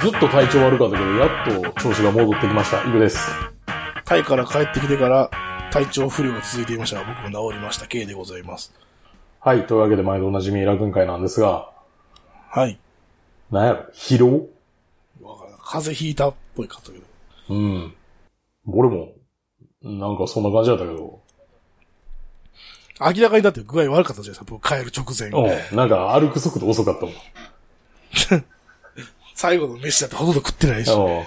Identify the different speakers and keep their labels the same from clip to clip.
Speaker 1: ずっと体調悪かったけど、やっと調子が戻ってきました。イブです。
Speaker 2: タイから帰ってきてから体調不良が続いていましたが、僕も治りました。K でございます。
Speaker 1: はい。というわけで、毎度おなじみ楽軍会なんですが、
Speaker 2: はい。
Speaker 1: なんやろ、疲労
Speaker 2: わからん風邪ひいたっぽいかったけど。
Speaker 1: うん。俺も、なんかそんな感じだったけど、
Speaker 2: 明らかにだって具合悪かったじゃないですか、僕帰る直前。
Speaker 1: うん。なんか歩く速度遅かったもん。
Speaker 2: 最後の飯だってほとんど食ってないし、
Speaker 1: うん。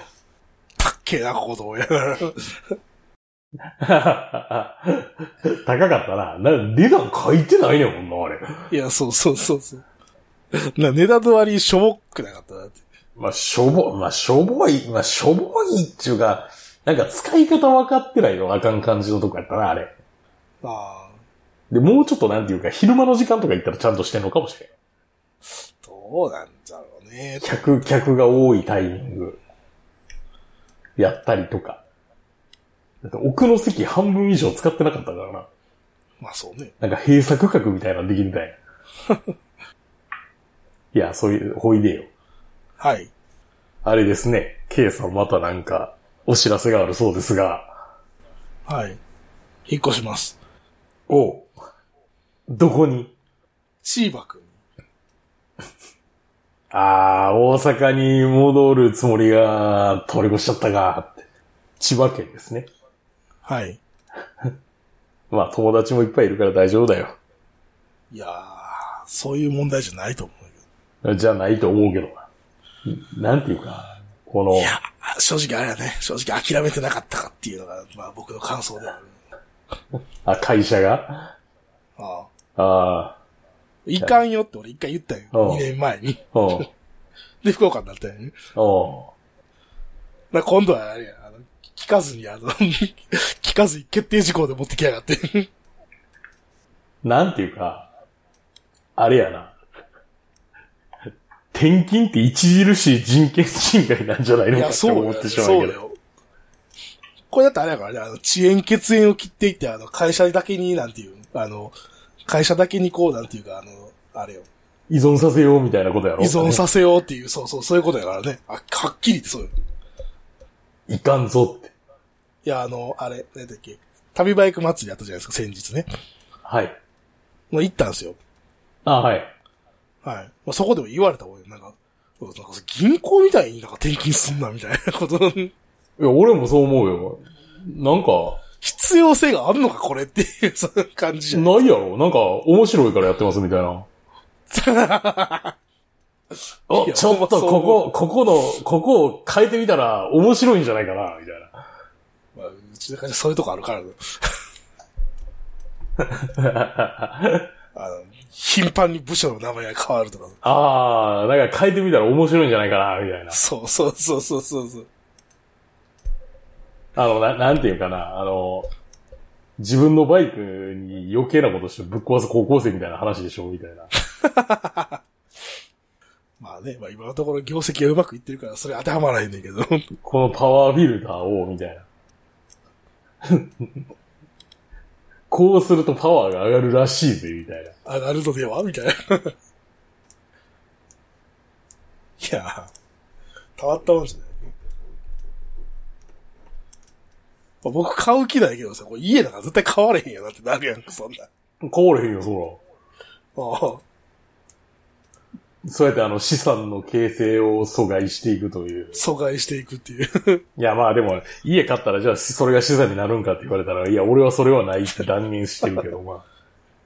Speaker 2: たっけえな、ここと思いながら。
Speaker 1: 高かったな。な、値段書いてないねんもんな、あれ。
Speaker 2: いや、そうそうそうそう。な、値段の割にしょぼくなかったなって。
Speaker 1: まあ、しょぼ、まあ、しょぼい、まあ、しょぼいっていうか、なんか使い方分かってないのあかん感じのとこやったな、あれ。
Speaker 2: ああ、
Speaker 1: で、もうちょっとなんていうか、昼間の時間とか行ったらちゃんとしてんのかもしれん。
Speaker 2: どうなんだろうね。
Speaker 1: 客、客が多いタイミング。やったりとか。だって奥の席半分以上使ってなかったからな。
Speaker 2: まあそうね。
Speaker 1: なんか閉鎖区画みたいなのできるみたいな。 いや、そういう、ほいでよ。
Speaker 2: はい。
Speaker 1: あれですね。K さんまたなんか、お知らせがあるそうですが。
Speaker 2: はい。引っ越します。
Speaker 1: おうどこに
Speaker 2: シーバくん。
Speaker 1: あー、大阪に戻るつもりが、通り越しちゃったか、って。千葉県ですね。
Speaker 2: はい。
Speaker 1: まあ、友達もいっぱいいるから大丈夫だよ。
Speaker 2: いやー、そういう問題じゃないと思うけど。
Speaker 1: じゃないと思うけどな。なんていうか、この
Speaker 2: い、や、正直あれだね。正直諦めてなかったかっていうのが、まあ僕の感想である。
Speaker 1: あ、会社が、
Speaker 2: ああ。
Speaker 1: あ
Speaker 2: いかんよって俺一回言ったよ。
Speaker 1: うん
Speaker 2: 2年前に。
Speaker 1: あ、うん、
Speaker 2: で、福岡になったよね。
Speaker 1: うん。
Speaker 2: まあ今度はあれや、あの、聞かずに、あの、 聞かずに決定事項で持ってきやがって。
Speaker 1: なんていうか、あれやな。転勤って著しい人権侵害なんじゃない
Speaker 2: い
Speaker 1: のか
Speaker 2: や、
Speaker 1: って
Speaker 2: そう
Speaker 1: 思
Speaker 2: よ。
Speaker 1: ってしまう
Speaker 2: そ
Speaker 1: け
Speaker 2: う
Speaker 1: ど。
Speaker 2: よ。これだってあれやからね、あの、遅延血縁を切っていって、あの、会社だけに、なんていう、あの、会社だけにこう、なんていうか、あの、あれよ。
Speaker 1: 依存させようみたいなことやろ
Speaker 2: 依存させようっていう、そうそう、そういうことやからね。あはっきり言ってそうよ。
Speaker 1: いかんぞって。
Speaker 2: いや、あの、あれ、なんだっけ、旅バイク祭りあったじゃないですか、先日ね。
Speaker 1: はい。
Speaker 2: もう行ったんですよ。
Speaker 1: あ、はい。
Speaker 2: はい。まあ、そこでも言われた俺、なんか、うんなんかそう銀行みたいになんか転勤すんな、みたいなこと の
Speaker 1: いや、俺もそう思うよ。なんか、
Speaker 2: 必要性があるのか、これっていう、その感 じじゃん。
Speaker 1: ないやろ。なんか、面白いからやってますみたいな。お、
Speaker 2: いや
Speaker 1: ちょっと
Speaker 2: ほんまそう思
Speaker 1: ここ、ここの、ここを変えてみたら面白いんじゃないかな、みたいな。
Speaker 2: まあ、うちの会社そういうとこあるからね、 あの、頻繁に部署の名前が変わるとか。
Speaker 1: あー、なんか変えてみたら面白いんじゃないかな、みたいな。
Speaker 2: そうそうそうそうそうそう。
Speaker 1: あの、ななんていうかな、あの、自分のバイクに余計なことしてぶっ壊す高校生みたいな話でしょみたいな。
Speaker 2: まあね、まあ今のところ業績がうまくいってるから、それ当てはまらへんねんけど。
Speaker 1: このパワーフィルターを、みたいな。こうするとパワーが上がるらしいぜ、みたいな。
Speaker 2: 上がるのでは みたいな。いや、変わったもんじゃない。まあ僕買う気ないけどさ、これ家だから絶対買われへんよなってなるやん、そんな。
Speaker 1: これへんよ、そ
Speaker 2: おう
Speaker 1: ら。そうやってあの資産の形成を阻害していくという。
Speaker 2: 阻害していくっていう。
Speaker 1: いや、まあでも、家買ったらじゃあそれが資産になるんかって言われたら、いや、俺はそれはないって断念してるけど、まあ。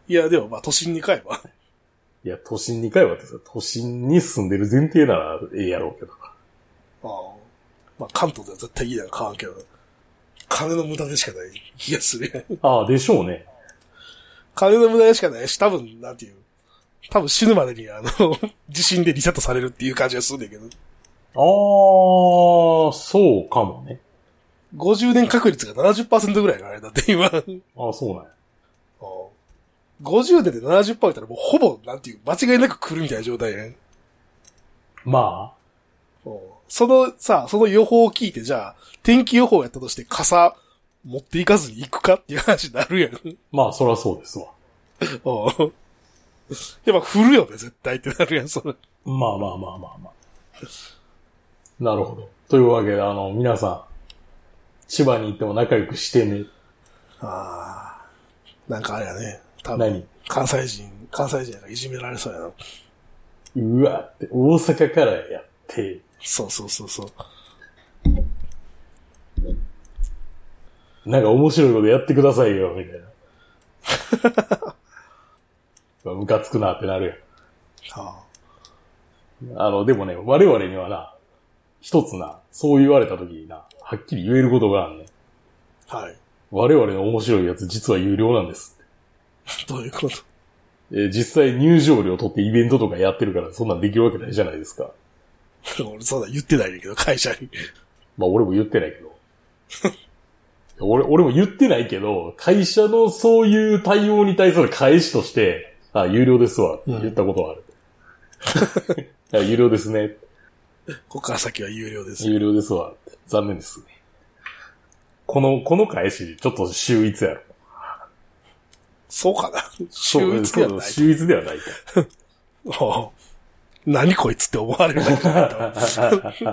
Speaker 2: いや、でもまあ都心に買えば。
Speaker 1: いや、都心に買えばってさ、都心に住んでる前提ならええやろうけど。
Speaker 2: ああまあ関東では絶対家だから買わんけど。金の無駄でしかない気がするやん。
Speaker 1: ああ、でしょうね。
Speaker 2: 金の無駄でしかないし、多分、なんていう。多分死ぬまでにあの、 地震でリセットされるっていう感じがするんだけど。
Speaker 1: ああ、そうかもね。
Speaker 2: 50年確率が70%ぐらいがあれだって今。
Speaker 1: ああ、そうなんや。
Speaker 2: 50年で70%言ったらもうほぼ、なんていう、間違いなく来るみたいな状態やね。
Speaker 1: ま
Speaker 2: そのさ、その予報を聞いて、じゃあ、天気予報やったとして傘持っていかずに行くかっていう話になるやん。
Speaker 1: あ、まあ、そらそうですわ。
Speaker 2: おうやっぱ降るよね、絶対ってなるやん、それ。
Speaker 1: まあまあまあまあまあ。なるほど。というわけで、あの、皆さん、千葉に行っても仲良くしてね。
Speaker 2: ああ。なんかあれやね。多分、
Speaker 1: 何
Speaker 2: 関西人、関西人やからいじめられそうやな。
Speaker 1: うわって、大阪からやって。
Speaker 2: そうそうそうそう。
Speaker 1: なんか面白いことやってくださいよ、みたいな。ムカつくなってなる
Speaker 2: あ
Speaker 1: やん。あの、でもね、我々にはな、一つな、そう言われた時にな、はっきり言えることがあるねん。
Speaker 2: あ。はい。
Speaker 1: 我々の面白いやつ実は有料なんですって。
Speaker 2: どういうこと
Speaker 1: えー実際入場料取ってイベントとかやってるから、そんなんできるわけないじゃないですか。
Speaker 2: 俺そうだ、言ってないねんだけど、会社に。
Speaker 1: まあ俺も言ってないけど。 俺、俺も言ってないけど、会社のそういう対応に対する返しとして、あ、有料ですわ、
Speaker 2: うん
Speaker 1: 言ったことはある。 あ有料ですね。
Speaker 2: ここから先は有料です。
Speaker 1: 有料ですわ。残念ですね。この、この返し、ちょっと秀逸やろ。
Speaker 2: そうかな秀逸や
Speaker 1: そう
Speaker 2: ない。
Speaker 1: 秀逸ではない か。
Speaker 2: ああ 何こいつって思われるだけだ けど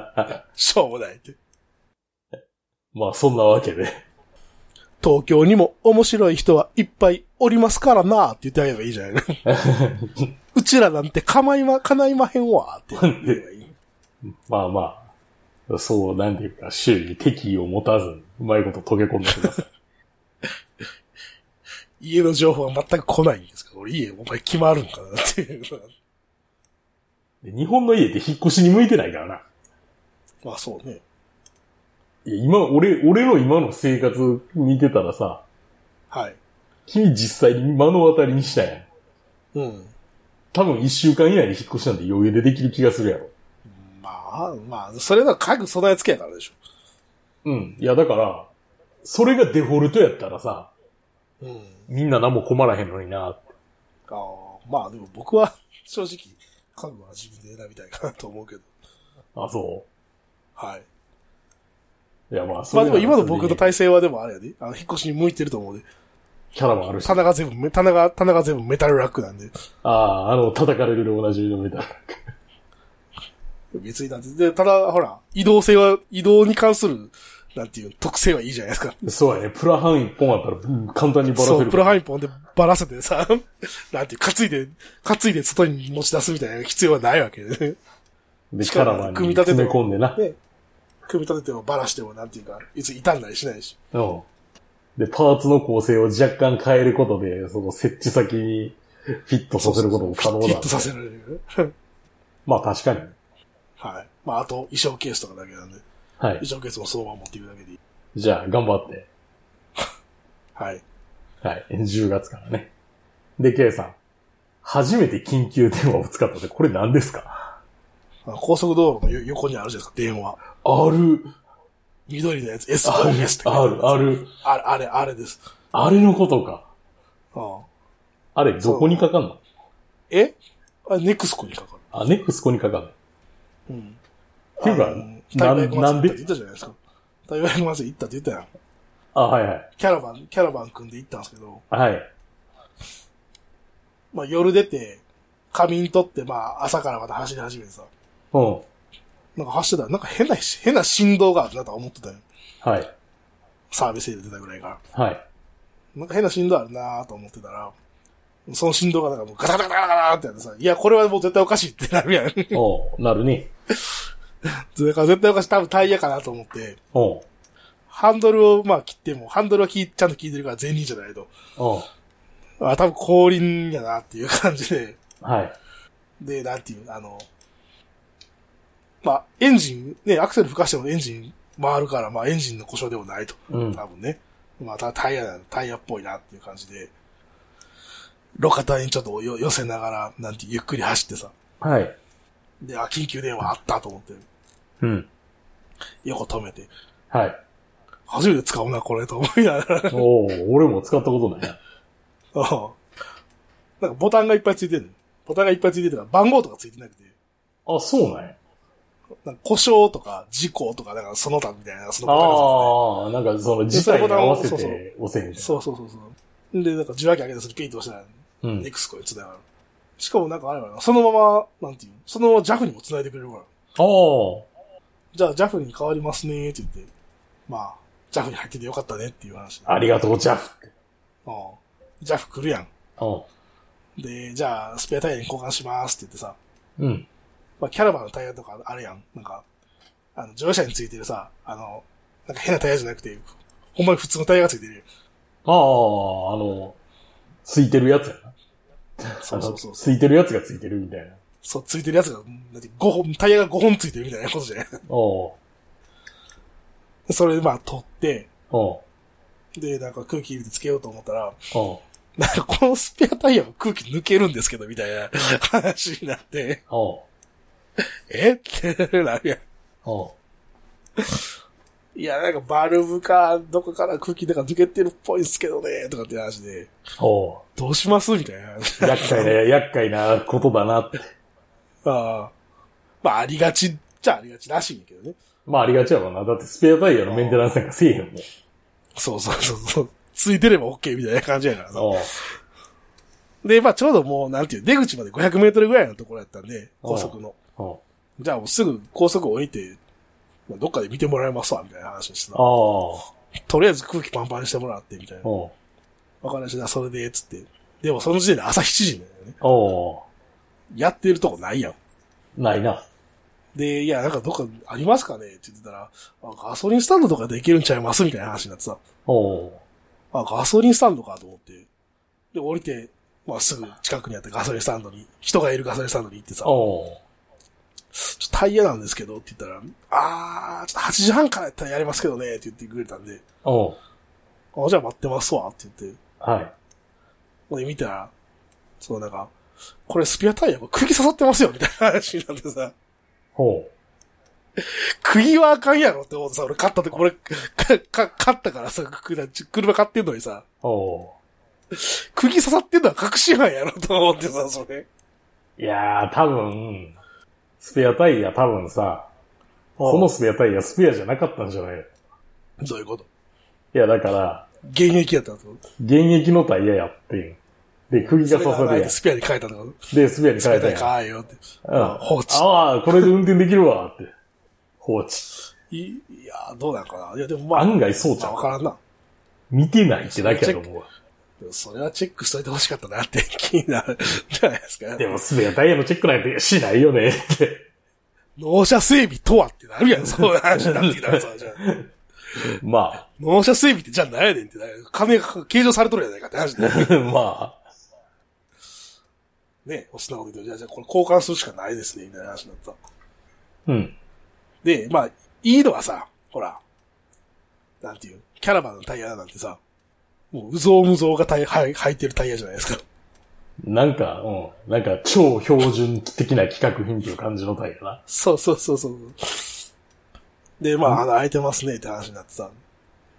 Speaker 2: しょうもないって。
Speaker 1: まあそんなわけで。
Speaker 2: 東京にも面白い人はいっぱいおりますからなって言ってあげればいいじゃな いのうちらなんて構いま、叶いまへんわって言ってあげればいい。
Speaker 1: まあまあ、そう、なんていうか、周囲に敵意を持たずに、うまいこと溶け込んでください。
Speaker 2: 家の情報が全く来ないんですから、俺家お前決まるんかなって いう。
Speaker 1: で日本の家って引っ越しに向いてないからな。
Speaker 2: まあそうね。
Speaker 1: いや、今、俺、俺の今の生活見てたらさ、
Speaker 2: はい。
Speaker 1: 君実際に目の当たりにしたやん。
Speaker 2: うん。
Speaker 1: 多分一週間以内に引っ越しなんて余裕でできる気がするやろ。
Speaker 2: まあ、まあ、それは家具備え付けやからでしょ。
Speaker 1: うん。いや、だから、それがデフォルトやったらさ、
Speaker 2: うん。
Speaker 1: みんな何も困らへんのにな。
Speaker 2: ああ、まあでも僕は 正直、家具は自分で選びたいかなと思うけど。
Speaker 1: あ、そ
Speaker 2: はい。
Speaker 1: う。いや、まあ、そ
Speaker 2: まあ
Speaker 1: れ
Speaker 2: で
Speaker 1: な
Speaker 2: も
Speaker 1: ら
Speaker 2: 今の僕
Speaker 1: それでい
Speaker 2: の
Speaker 1: い
Speaker 2: 体制はでもあれやで、あの、引っ越しに向いてると思うで。
Speaker 1: キャラもあるし。あ
Speaker 2: 棚が全部、棚が、棚が全部メタルラックなんで。
Speaker 1: あー、あの、叩かれるでおなじみのみたいな。
Speaker 2: 別になんて。で、ただ、ほら、移動性は、移動に関する、なんていう、特性はいいじゃないですか。
Speaker 1: そうやね。プラハン一本あったらうん簡単にバラせる
Speaker 2: そう、プロハ
Speaker 1: ン。
Speaker 2: イポンでばらせてさ、 なんていう、担いで、担いで外に持ち出すみたいな必要はないわけでね。
Speaker 1: で、キャラバンに詰め込んでな。
Speaker 2: ね組み立ててもばらしても、なんていうか、いつ傷んだりしないし。
Speaker 1: うん。で、パーツの構成を若干変えることで、その設置先にフィットさせることも可能
Speaker 2: ヒ
Speaker 1: だ
Speaker 2: ット。させられるよね。
Speaker 1: まあ確かに。
Speaker 2: はい。まあ、あと、衣装ケースとかだけなんで、
Speaker 1: は
Speaker 2: 衣
Speaker 1: い。
Speaker 2: 装ケースもそのまま持っていくだけでいい。
Speaker 1: じゃあ、頑張って。
Speaker 2: はい。
Speaker 1: はい。10月からね。で、K さん。初めて緊急電話を使ったって、これ何ですか
Speaker 2: あの高速道路のよ横にあるじゃないですか、電話。
Speaker 1: ある、
Speaker 2: 緑のやつ、
Speaker 1: あ
Speaker 2: SOS って書いて
Speaker 1: る、ある、ある。
Speaker 2: あれ、あれ、あれです。
Speaker 1: あれのことか。
Speaker 2: ああ
Speaker 1: あれ、どこにかかんの
Speaker 2: えあれ、ネクスコにかかる。
Speaker 1: あ、ネックスここにかかんの
Speaker 2: うん。
Speaker 1: ていうか
Speaker 2: あの
Speaker 1: な
Speaker 2: 大和
Speaker 1: なんで
Speaker 2: 祭り行ったって言ったじゃないですか。台湾祭り行ったって言ったやん。
Speaker 1: あ、はいはい。
Speaker 2: キャラバン、キャラバン組んで行ったんですけど、
Speaker 1: はい。
Speaker 2: まあ夜出て、仮眠取って、まあ朝からまた走り始めてさ、
Speaker 1: うん。
Speaker 2: なんか走ってたら、なんか変な、変な振動があるなとは思ってたよ。
Speaker 1: はい。
Speaker 2: サービスエリア出たぐらいから。
Speaker 1: はい。
Speaker 2: なんか変な振動あるなと思ってたら、その振動がなんかもうガタガタガタガタってやってさ、いや、これはもう絶対おかしいってなるやん。
Speaker 1: おうなるね。
Speaker 2: それから絶対おかしい。多分タイヤかなと思って、
Speaker 1: おう
Speaker 2: ハンドルをまあ切っても、ハンドルはきちゃんと効いてるから前輪じゃないと。
Speaker 1: おう
Speaker 2: あ、多分後輪やなっていう感じで、
Speaker 1: はい。
Speaker 2: で、なんていう、あの、まあ、エンジン、ね、アクセル吹かしてもエンジン回るから、まあ、エンジンの故障でもないと。
Speaker 1: うん。
Speaker 2: 多分ね。まあ、たタイヤだ、タイヤっぽいなっていう感じで、路肩にちょっとよ寄せながら、なんてゆっくり走ってさ。
Speaker 1: はい。
Speaker 2: で、あ、緊急電話あったと思って、
Speaker 1: うん。
Speaker 2: 横止めて、
Speaker 1: はい。
Speaker 2: 初めて使うな、これ、と思いながら。
Speaker 1: おお俺も使ったことないな。
Speaker 2: うんなんかボタンがいっぱいついてるボタンがいっぱいついてて、番号とかついてなくて、
Speaker 1: あ、そうなんや。
Speaker 2: なんか故障とか事故とか、なんかその他みたいな、そのボタンがつ
Speaker 1: ああ、なん
Speaker 2: いてて
Speaker 1: かその時代に合わせ
Speaker 2: そうそう
Speaker 1: て押せみたい
Speaker 2: そうそうそうそう。で、なんか受話器開けたらそれピンと押したら、
Speaker 1: な。うん
Speaker 2: ネ。クスコに繋がる。しかもなんかあれはな、そのまま、なんていうのそのまま JAF にも繋いでくれるか
Speaker 1: あ
Speaker 2: ら。
Speaker 1: あ、
Speaker 2: じゃあ JAF に変わりますね、って言って。まあ、JAF に入っててよかったねっていう話。
Speaker 1: ありがとう、ジャフって。
Speaker 2: うん。JAF 来るやん。
Speaker 1: う
Speaker 2: で、じゃあ、スペアタイヤに交換しますって言ってさ、
Speaker 1: ん。うん。
Speaker 2: まあ、キャラバンのタイヤとかあるやん。なんか、あの、乗用車についてるさ、あの、なんか変なタイヤじゃなくて、ほんまに普通のタイヤがついてるよ。
Speaker 1: ああ、あの、ついてるやつやな。
Speaker 2: そうそう そ
Speaker 1: あの
Speaker 2: う。
Speaker 1: ついてるやつがついてるみたいな。
Speaker 2: そう、ついてるやつが、だって5本、タイヤが5本ついてるみたいなことじゃない
Speaker 1: おう
Speaker 2: それでまあ、取って、
Speaker 1: おう
Speaker 2: で、なんか空気入れてつけようと思ったら、
Speaker 1: おう
Speaker 2: なんかこのスペアタイヤは空気抜けるんですけど、みたいな 話になって、
Speaker 1: おう
Speaker 2: えってなるやん。
Speaker 1: おう
Speaker 2: いや、なんかバルブか、どこから空気なんか抜けてるっぽいんすけどね、とかって話で、
Speaker 1: おう
Speaker 2: どうしますみたいな。
Speaker 1: 厄介な、厄介なことだなって。
Speaker 2: ああ。まあ、ありがちっちゃありがちらしいんやけどね。
Speaker 1: まあありがちやわな。だってスペアタイヤのメンテナンスなんかせえへんもん。
Speaker 2: そうそうそうそう。ついてれば OK みたいな感じやからさ。
Speaker 1: おう
Speaker 2: で、まあ、ちょうどもう、なんていう、出口まで500メートルぐらいのところやったんで、
Speaker 1: おう
Speaker 2: 高速の。
Speaker 1: おう
Speaker 2: じゃあもうすぐ高速降りて、まあ、どっかで見てもらえますわ、みたいな話をして
Speaker 1: あ
Speaker 2: さ。
Speaker 1: あ、
Speaker 2: とりあえず空気パンパンにしてもらって、みたいな。
Speaker 1: おう
Speaker 2: わかりました、それで、つって。でもその時点で朝7時だよね。
Speaker 1: おう
Speaker 2: やってるとこないやん。
Speaker 1: ないな。
Speaker 2: で、いや、なんかどっかありますかねって言ってたら、あガソリンスタンドとかで行けるんちゃいますみたいな話になってさ。
Speaker 1: おう
Speaker 2: あ、ガソリンスタンドかと思って。で、降りて、まあ、すぐ近くにあったガソリンスタンドに、人がいるガソリンスタンドに行ってさ、ちょっ
Speaker 1: おう
Speaker 2: とタイヤなんですけどって言ったら、あー、ちょっと8時半からやったらやりますけどね、って言ってくれたんで、
Speaker 1: おう
Speaker 2: あ、じゃあ待ってますわ、って言って。
Speaker 1: はい。
Speaker 2: で、見たら、そうなんか、これスピアタイヤ、これ釘刺さってますよ、みたいな話になってさ、
Speaker 1: おう
Speaker 2: 釘はあかんやろって思ってさ、俺買ったって、これ、か、か、買ったからさ、車買ってんのにさ、
Speaker 1: おう
Speaker 2: 釘刺さってんのは確信犯やろと思ってさ、それ。
Speaker 1: いやー、多分、スペアタイヤ多分さ、このスペアタイヤスペアじゃなかったんじゃないのい
Speaker 2: どういうこと
Speaker 1: や、だから、
Speaker 2: 現役やったと。
Speaker 1: 現役のタイヤやってん。で、釘が刺さるやん。
Speaker 2: スペアに変えたとか。
Speaker 1: で、スペアに
Speaker 2: ス
Speaker 1: 変
Speaker 2: ペ
Speaker 1: え
Speaker 2: ア
Speaker 1: た
Speaker 2: に
Speaker 1: やん。
Speaker 2: 変えようって。
Speaker 1: うん。
Speaker 2: 放置
Speaker 1: ああ、これで運転できるわ、って。放置。
Speaker 2: いいや、どうなんかな。いや、でもまあ、
Speaker 1: 案外そうじ
Speaker 2: ま
Speaker 1: ゃ
Speaker 2: あ
Speaker 1: ん
Speaker 2: わ。からんな。
Speaker 1: 見てないってだけやと思うわ。
Speaker 2: でもそれはチェックしといてほしかったなって気になるじゃないですか。
Speaker 1: でも、スペアタイヤのチェックなんてしないよね、って。
Speaker 2: 納車整備とはってなるやん、そういう話になってきたらさ、じゃあ。
Speaker 1: ま
Speaker 2: 納車整備ってじゃあ何やねんってなる。金が計上されとるやないかって話にな
Speaker 1: あ、
Speaker 2: る。
Speaker 1: ま
Speaker 2: ね、そんなこと言うと、じゃあ、じゃあこれ交換するしかないですね、みたいな話になった。
Speaker 1: あ、うん。
Speaker 2: で、まあ、いいのはさ、ほら、なんていう、キャラバンのタイヤなんてさ、もう、うぞうむぞうがタイヤ、はい履いてるタイヤじゃないですか。
Speaker 1: なんか、うん。なんか、超標準的な企画品っていう感じのタイヤな。
Speaker 2: そうそうそうそう。で、まあ、穴開いてますねって話になってさ、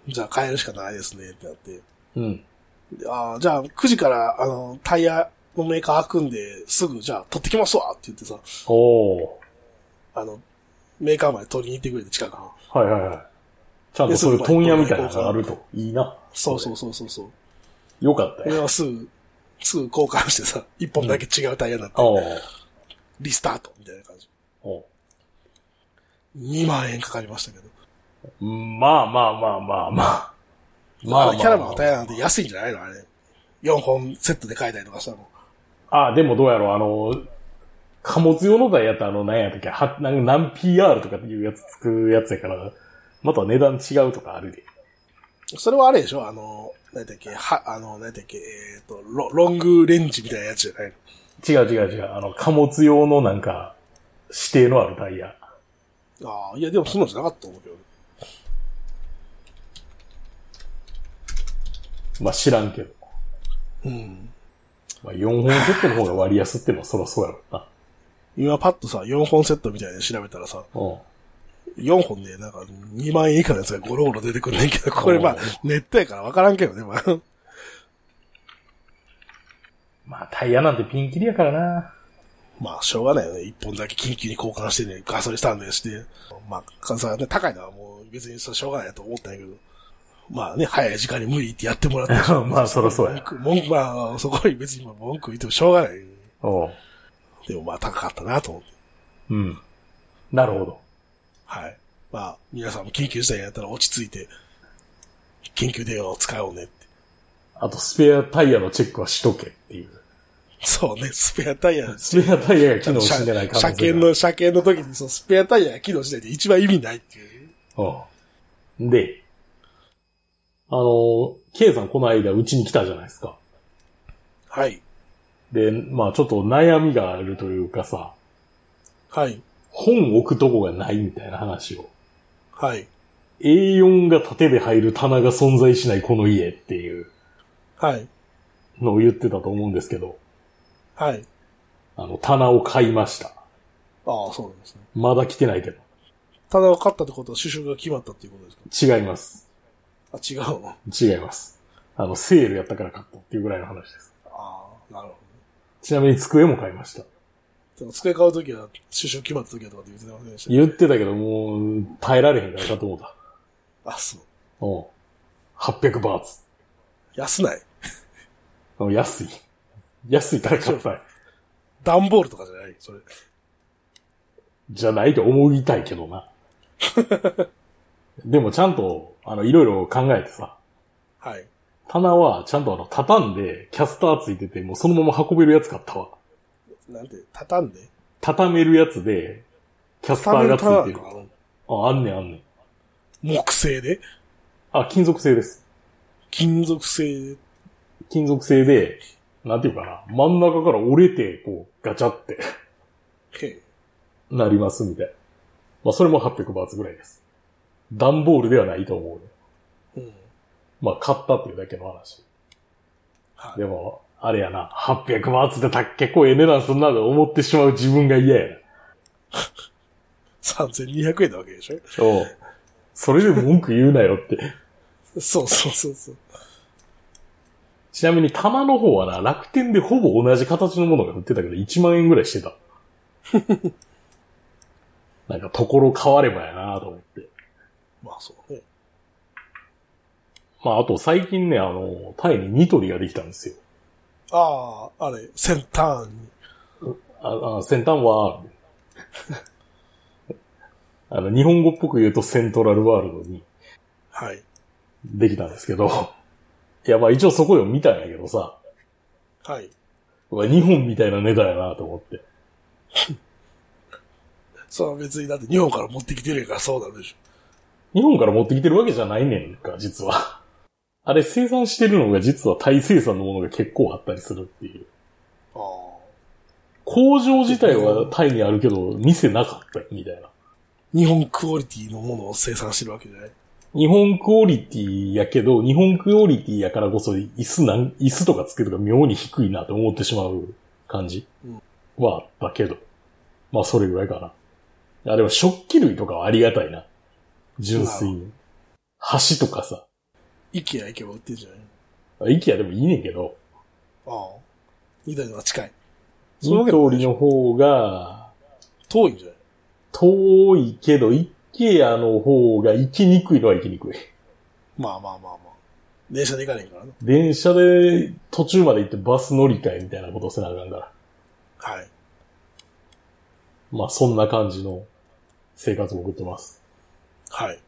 Speaker 2: じゃあ変えるしかないですねってなって、
Speaker 1: うん。
Speaker 2: でああ、じゃあ9時から、あの、タイヤのメーカー開くんで、すぐ、じゃあ取ってきますわって言ってさ、
Speaker 1: おー。
Speaker 2: あの、メーカーまで取りに行ってくれて近くの。
Speaker 1: はいはいはい。ちゃんとそういう問屋みたいなのがあると。いいな。
Speaker 2: そうそうそうそうそう。
Speaker 1: よかった
Speaker 2: 俺
Speaker 1: よ。
Speaker 2: はすぐ、すぐ交換してさ、一本だけ違うタイヤになって、
Speaker 1: おう
Speaker 2: リスタートみたいな感じ。
Speaker 1: おう
Speaker 2: 2万円かかりましたけど。
Speaker 1: うんまあまあまあまあまあ。まあまあ、
Speaker 2: キャラバンの
Speaker 1: ま
Speaker 2: タイヤなんて安いんじゃないのあれ。4本セットで買えたりとかしたの。
Speaker 1: あ。あ、でもどうやろう、あの、貨物用の台やったらあの、何やったっけ、は、なん何 PR とかっていうやつ作るやつやから、また値段違うとかあるで。
Speaker 2: それはあれでしょあの、なんだっけ、は、あの、なんだっけ、えっ、とロ、ロングレンジみたいなやつじゃないの。
Speaker 1: 違う違う違う、あの、貨物用のなんか、指定のあるタイヤ。
Speaker 2: ああ、いや、でもそんなんじゃなかったと思うけど。
Speaker 1: まあ知らんけど。
Speaker 2: うん。
Speaker 1: まあ4本セットの方が割安ってのはそらそうやろうな。
Speaker 2: 今パッとさ、4本セットみたいなの調べたらさ、
Speaker 1: おう
Speaker 2: 4本でなんか2万円以下のやつがゴロゴロ出てくんねんけど、これまあ、ネットやからわからんけどね、まあ。
Speaker 1: まあタイヤなんてピンキリやからな。
Speaker 2: まあ、しょうがないよね。一本だけ緊急に交換してね、ガソリンスタンドにして。まあ、関西はね、高いのはもう別にそれしょうがないなと思ったんやけど。まあね、早い時間に無理言ってやっても らっ た
Speaker 1: まあそらそうや
Speaker 2: 文句、文句、まあ、そこに別に文句言ってもしょうがない。
Speaker 1: おう
Speaker 2: でもまあ、高かったなと思って。
Speaker 1: うん。なるほど。
Speaker 2: はい。まあ、皆さんも緊急事態やったら落ち着いて、緊急電話を使おうねって。
Speaker 1: あと、スペアタイヤのチェックはしとけっていう。
Speaker 2: そうね、スペアタイヤ。
Speaker 1: スペアタイヤが機能し
Speaker 2: 車
Speaker 1: てない可能性が
Speaker 2: 車検の、車検の時に、そう、スペアタイヤが機能しないって一番意味ないっていう。
Speaker 1: うんで、あの、K さんこの間うちに来たじゃないですか。
Speaker 2: はい。
Speaker 1: で、まあちょっと悩みがあるというかさ、
Speaker 2: はい。
Speaker 1: 本置くとこがないみたいな話を。
Speaker 2: はい。
Speaker 1: A4 が縦で入る棚が存在しないこの家っていう
Speaker 2: はい。
Speaker 1: のを言ってたと思うんですけど、
Speaker 2: はい。
Speaker 1: あの、棚を買いました。
Speaker 2: ああ、そうなんですね。
Speaker 1: まだ来てないけ
Speaker 2: ただ分かったってことは首相が決まったっていうことで
Speaker 1: ど。違います。
Speaker 2: すかあ、違うわ。
Speaker 1: 違います。あの、セールやったから買ったっていうぐらいの話です。
Speaker 2: ああ、なるほどね。
Speaker 1: ちなみに机も買いました。
Speaker 2: でも机買うときは、首相決まったときはとかって言ってませんでし
Speaker 1: 言ってたけど、もう、耐えられへんから買ってもうた。
Speaker 2: た。あ、そう。
Speaker 1: うん。800バーツ。
Speaker 2: 安ない。
Speaker 1: うん安い。安いから買った。
Speaker 2: 段ボールとかじゃないそれ。
Speaker 1: じゃないと思いたいけどな。 でもちゃんと、あの、いろいろ考えてさ、
Speaker 2: はい。
Speaker 1: 棚はちゃんとあの、畳んで、キャスターついてて、もうそのまま運べるやつ買ったわ。
Speaker 2: なんて、畳んで。
Speaker 1: 畳めるやつで、キャスターがついて
Speaker 2: 畳める
Speaker 1: る
Speaker 2: 棚。なんか
Speaker 1: あ、あんねんあんねん。
Speaker 2: 木製で
Speaker 1: あ、金属製です。
Speaker 2: 金属製で。
Speaker 1: 金属製で、なんていうかな、真ん中から折れて、こう、ガチャって、
Speaker 2: へえ
Speaker 1: なりますみたいな。まあ、それも800バーツぐらいです。段ボールではないと思う。
Speaker 2: うん。
Speaker 1: まあ、買ったっていうだけの話。
Speaker 2: はい。
Speaker 1: でも、あれやな、800バーツでた結構ええ値段すんなと思ってしまう自分が嫌やな。
Speaker 2: 3200円なわけでしょ
Speaker 1: そう。それで文句言うなよって。
Speaker 2: そうそうそうそう。
Speaker 1: ちなみに玉の方はな、楽天でほぼ同じ形のものが売ってたけど、1万円ぐらいしてた。 なんか、ところ変わればやなと思って。
Speaker 2: まあそうね。
Speaker 1: まあ、あと最近ね、あの、タイにニトリができたんですよ。
Speaker 2: ああ、あれ、センターに。
Speaker 1: ああ先端は、 あの、日本語っぽく言うとセントラルワールドに
Speaker 2: はい。
Speaker 1: できたんですけど、いや、まあ一応そこでも見たんやけどさ、
Speaker 2: はい。
Speaker 1: うわ日本みたいな値段やなと思って。
Speaker 2: それは別にだって日本から持ってきてるやからそうなるでし
Speaker 1: 日本から持ってきてるわけじゃないねんか、実は。あれ生産してるのが実はタイ生産のものが結構あったりするっていう。
Speaker 2: ょ。ああ。
Speaker 1: 工場自体はタイにあるけど、店なかったみたいな。
Speaker 2: 日本クオリティのものを生産してるわけじゃない。
Speaker 1: 日本クオリティやけど、日本クオリティやからこそ、椅子なん、椅子とかつけるとか妙に低いなと思ってしまう感じ
Speaker 2: うん
Speaker 1: はあったけど。まあ、それぐらいかな。あ、でも食器類とかはありがたいな。純粋に。箸とかさ。
Speaker 2: イケア行けば売ってるじゃない。
Speaker 1: イケアでもいいねんけど、
Speaker 2: ああ。ニトリのが近い。
Speaker 1: ニ
Speaker 2: そういう
Speaker 1: ト
Speaker 2: わけ
Speaker 1: リ
Speaker 2: じゃない
Speaker 1: の方が、
Speaker 2: 遠いんじゃない
Speaker 1: 遠いけど、イケアの方が行きにくいのは行きにくい。
Speaker 2: まあまあまあまあ。電車で行かねえからな。
Speaker 1: 電車で途中まで行ってバス乗り換えみたいなことせなあかんから。
Speaker 2: はい。
Speaker 1: まあそんな感じの生活を送ってます。
Speaker 2: はい。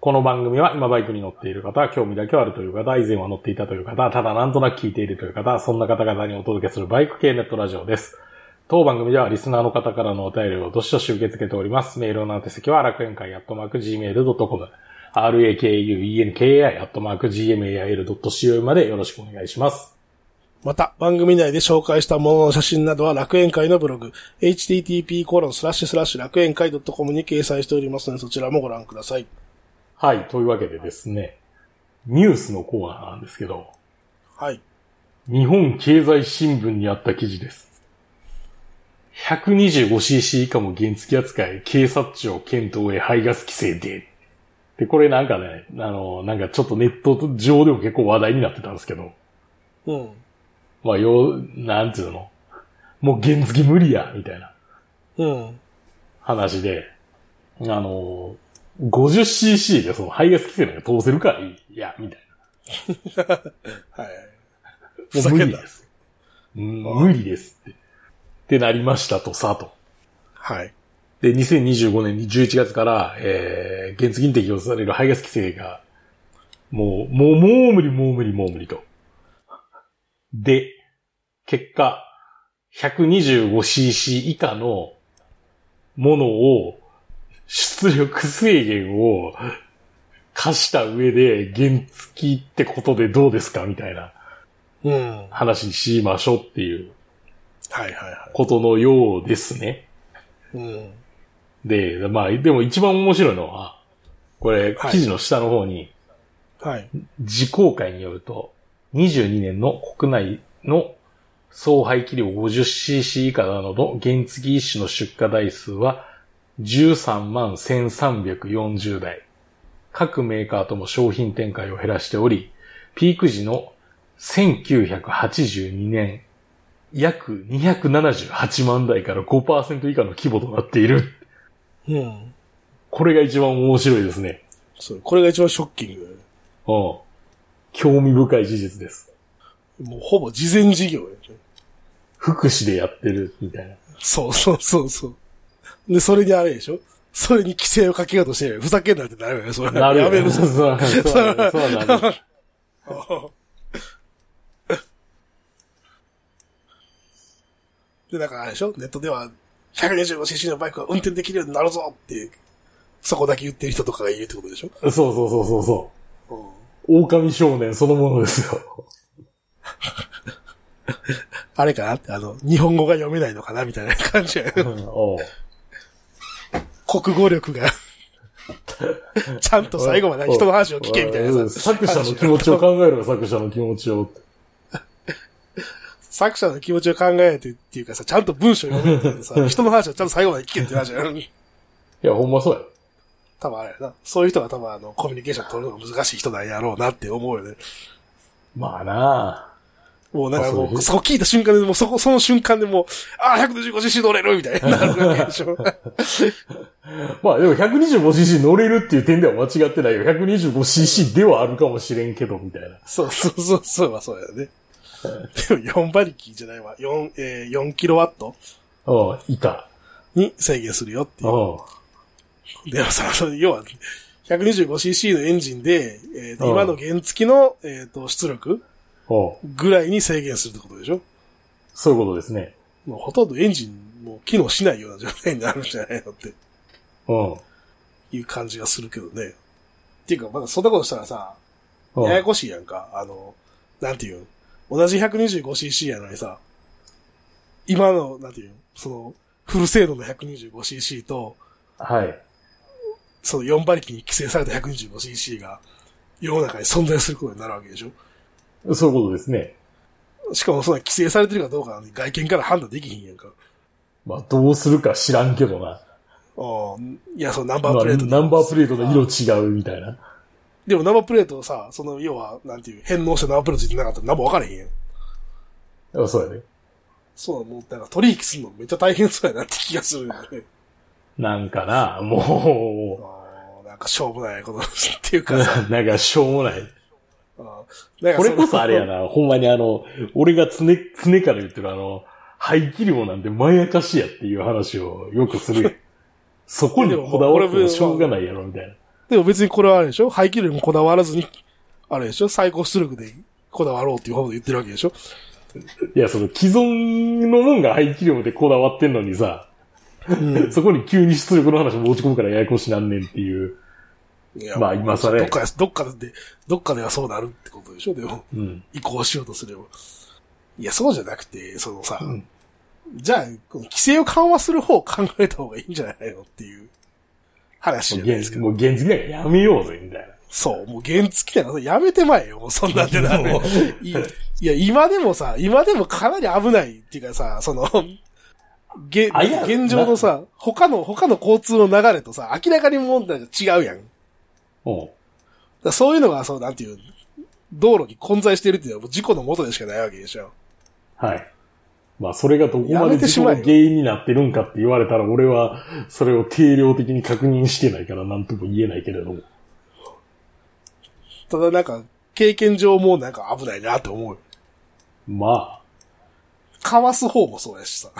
Speaker 1: この番組は今バイクに乗っている方、興味だけはあるという方、以前は乗っていたという方、ただなんとなく聞いているという方、そんな方々にお届けするバイク系ネットラジオです。当番組ではリスナーの方からのお便りをどしどし受け付けております。メールの宛先は楽園会アットマーク gmail.com、rakuenki アットマーク gmail.co までよろしくお願いします。
Speaker 2: また、番組内で紹介したものの写真などは楽園会のブログ、http:// 楽園会 .com に掲載しておりますので、そちらもご覧ください。
Speaker 1: はい、というわけでですね、ニュースのコーナーなんですけど、
Speaker 2: はい。
Speaker 1: 日本経済新聞にあった記事です。125cc 以下も原付扱い、警察庁検討へ排ガス規制で。で、これなんかね、あの、なんかちょっとネット上でも結構話題になってたんですけど、
Speaker 2: うん。
Speaker 1: まあ、よう、なんていうの、もう原付無理や、みたいな
Speaker 2: うん。
Speaker 1: 話で、あの、50cc でその排ガス規制なんか通せるかいいや、みたい
Speaker 2: はい。ふ
Speaker 1: な。
Speaker 2: ざ
Speaker 1: もう
Speaker 2: け
Speaker 1: 無
Speaker 2: ん
Speaker 1: 理
Speaker 2: な
Speaker 1: で。す。うん無理ですって。ってなりましたとさ、と。
Speaker 2: はい。
Speaker 1: で、2025年11月から、えー、原付に適用される排ガス規制が、もう、もう、もう無理、もう無理、もう無理と。で、結果、125cc 以下のものを、出力制限を課した上で、原付ってことでどうですかみたいな
Speaker 2: うん。はい
Speaker 1: 話にしましょうっていう
Speaker 2: はいは
Speaker 1: ことのようですね。
Speaker 2: い。うん。
Speaker 1: で、まあ、でも一番面白いのは、これ、
Speaker 2: はい
Speaker 1: 記事の下の方に、
Speaker 2: はい。
Speaker 1: 自公開によると、22年の国内の総排気量 50cc 以下などの原付き一種の出荷台数は13万1340台。各メーカーとも商品展開を減らしており、ピーク時の1982年、約278万台から5%以下の規模となっている。
Speaker 2: うん。
Speaker 1: これが一番面白いですね。
Speaker 2: そう、これが一番ショッキング。
Speaker 1: うん。興味深い事実です。
Speaker 2: もうほぼ事前事業やね。
Speaker 1: 福祉でやってる、みたいな。
Speaker 2: そうそうそうそう。で、それにあれでしょそれに規制をかけようとして、ふざけんなってなるよね、それ。やめるぞ
Speaker 1: そうそうそうそうそうなる。
Speaker 2: で、なんかあれでしょネットでは 125cc のバイクが運転できるようになるぞって、そこだけ言ってる人とかがいるってことでしょ
Speaker 1: そうそうそうそうそ
Speaker 2: うん
Speaker 1: う。狼少年そのものですよ。
Speaker 2: あれかなって、あの、日本語が読めないのかなみたいな感じやね
Speaker 1: おう
Speaker 2: 国語力 が。ちゃんと最後まで人の話を聞けみたいな
Speaker 1: うん
Speaker 2: やつ。
Speaker 1: 作者の気持ちを考えろよ、作者の気持ちを。
Speaker 2: 作者の気持ちを考えてっていうかさ、ちゃんと文章読めるっ てさ、人の話をちゃんと最後まで聞けって話やん。
Speaker 1: いや、ほんまそうや。
Speaker 2: 多分あれやな。そういう人が多分あの、コミュニケーション取るのが難しい人なんやろうなって思うよね。
Speaker 1: まあな
Speaker 2: もうなんか
Speaker 1: あ
Speaker 2: も
Speaker 1: そう
Speaker 2: う、そこ聞いた瞬間でもうそこ、その瞬間でもう、ああ、155cc 乗れるみたいになるわけでし ょ。
Speaker 1: あまあでも 125cc 乗れるっていう点では間違ってないよ。125cc ではあるかもしれんけど、みたいな。
Speaker 2: そうそうそう、そうはそうやね。でも4馬力じゃないわ。4、えー、4キロワット
Speaker 1: うん、以下。
Speaker 2: に制限するよっていう
Speaker 1: う。ん。
Speaker 2: で もさ、その要は、125cc のエンジンで、えー
Speaker 1: うん
Speaker 2: 今の原付きの、えー、と出力
Speaker 1: うん。
Speaker 2: ぐらいに制限するってことでしょ
Speaker 1: そういうことですね。
Speaker 2: もうほとんどエンジンも機能しないような状態になるんじゃないのって
Speaker 1: うん。
Speaker 2: いう感じがするけどね。っていうか、まだそんなことしたらさ、
Speaker 1: うん
Speaker 2: ややこしいやんか。あの、なんていうん同じ 125cc やのにさ、今の、なんていうんその、フル精度の 125cc と、
Speaker 1: はい。
Speaker 2: その4馬力に規制された 125cc が、世の中に存在することになるわけでしょ
Speaker 1: そういうことですね。
Speaker 2: しかもそんな規制されてるかどうかなんて外見から判断できひんやんか。
Speaker 1: まあどうするか知らんけどな。
Speaker 2: うん。いや、そのナンバー
Speaker 1: まあ
Speaker 2: プレートで
Speaker 1: ナンバープレートの色違うみたいな。
Speaker 2: でもナンバープレートをさ、その要は、なんていう、返納したナンバープレートついてなかったら何も分からへんやん。
Speaker 1: あそうやね。
Speaker 2: そう、もう、なんか取引するのめっちゃ大変そうやなって気がするよ ね。
Speaker 1: なんかな、も
Speaker 2: あーなんかしょうもないこと っていう
Speaker 1: う、
Speaker 2: かさ、
Speaker 1: ななんかしょうもない。
Speaker 2: あーなんか
Speaker 1: これこそあれや
Speaker 2: な。
Speaker 1: な、ほんまにあの、俺が常、常から言ってるあの、排気量なんてまやかしやっていう話をよくするや ん。そこにこだわってもしょうがないやろ、みたいな。
Speaker 2: でも別にこれはあれでしょ排気量にもこだわらずに、あれでしょ最高出力でこだわろうっていう方で言ってるわけでしょ
Speaker 1: いや、その既存のもんが排気量でこだわってんのにさ、
Speaker 2: うん。
Speaker 1: そこに急に出力の話持ち込むからややこしなんねんっていう。
Speaker 2: いや
Speaker 1: まあ今更や
Speaker 2: どっか、どっかで、どっかではそうなるってことでしょでも、
Speaker 1: うん。
Speaker 2: 移行しようとすれば。いや、そうじゃなくて、そのさ、
Speaker 1: うん
Speaker 2: じゃあ、この規制を緩和する方を考えた方がいいんじゃないのっていう話じゃないですか。
Speaker 1: もう原付なんかやめようぜ、みたいな。
Speaker 2: そう、もう原付きだからやめてまえよ、もうそんなんでな。 もういいや、今でもさ、今でもかなり危ないっていうかさ、その、げ
Speaker 1: あいや
Speaker 2: 現状のさ、他の、他の交通の流れとさ、明らかに問題が違うやん。だか
Speaker 1: うん。
Speaker 2: らそういうのが、そう、なんていう、道路に混在してるっていうのはもう事故の元でしかないわけでしょ。
Speaker 1: はい。まあ、それがどこ
Speaker 2: や
Speaker 1: ま
Speaker 2: め
Speaker 1: で
Speaker 2: て
Speaker 1: 事
Speaker 2: し
Speaker 1: 故
Speaker 2: まえ
Speaker 1: の
Speaker 2: よ
Speaker 1: 原因になってるんかって言われたら、俺はそれを定量的に確認してないから何とも言えないけれども。
Speaker 2: ただなんか、経験上もうなんか危ないなって思うよ。
Speaker 1: まあ、
Speaker 2: かわす方もそうやしさ。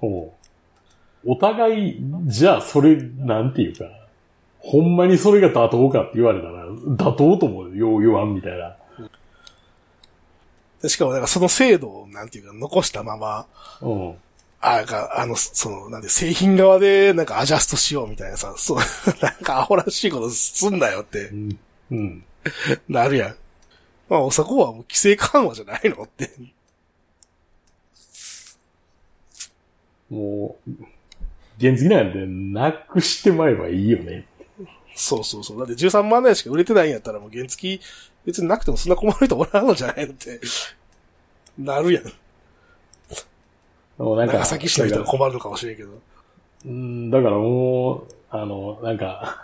Speaker 1: おうお互い、じゃあそれ、なんていうか、ほんまにそれが妥当かって言われたら、妥当ともよう言わんみたいな。
Speaker 2: でしかも、なんかその制度を、なんていうか、残したまま、
Speaker 1: うん。
Speaker 2: あ、なんか、あの、その、なんで、製品側で、なんかアジャストしようみたいなさ、そう、なんかアホらしいことすんなよって
Speaker 1: うん。うん。
Speaker 2: なるやん。まあ、そこはもう規制緩和じゃないのって。
Speaker 1: もう、原付なんてなくしてまえばいいよね。
Speaker 2: そうそうそう。だって13万台しか売れてないんやったら、もう原付き、別になくてもそんな困る人おらんのじゃないのって、なるやん。
Speaker 1: もうなん
Speaker 2: 長崎市の人
Speaker 1: だ
Speaker 2: は
Speaker 1: から
Speaker 2: 困るのかもしれんけど。
Speaker 1: うん、だからもう、あの、なんか、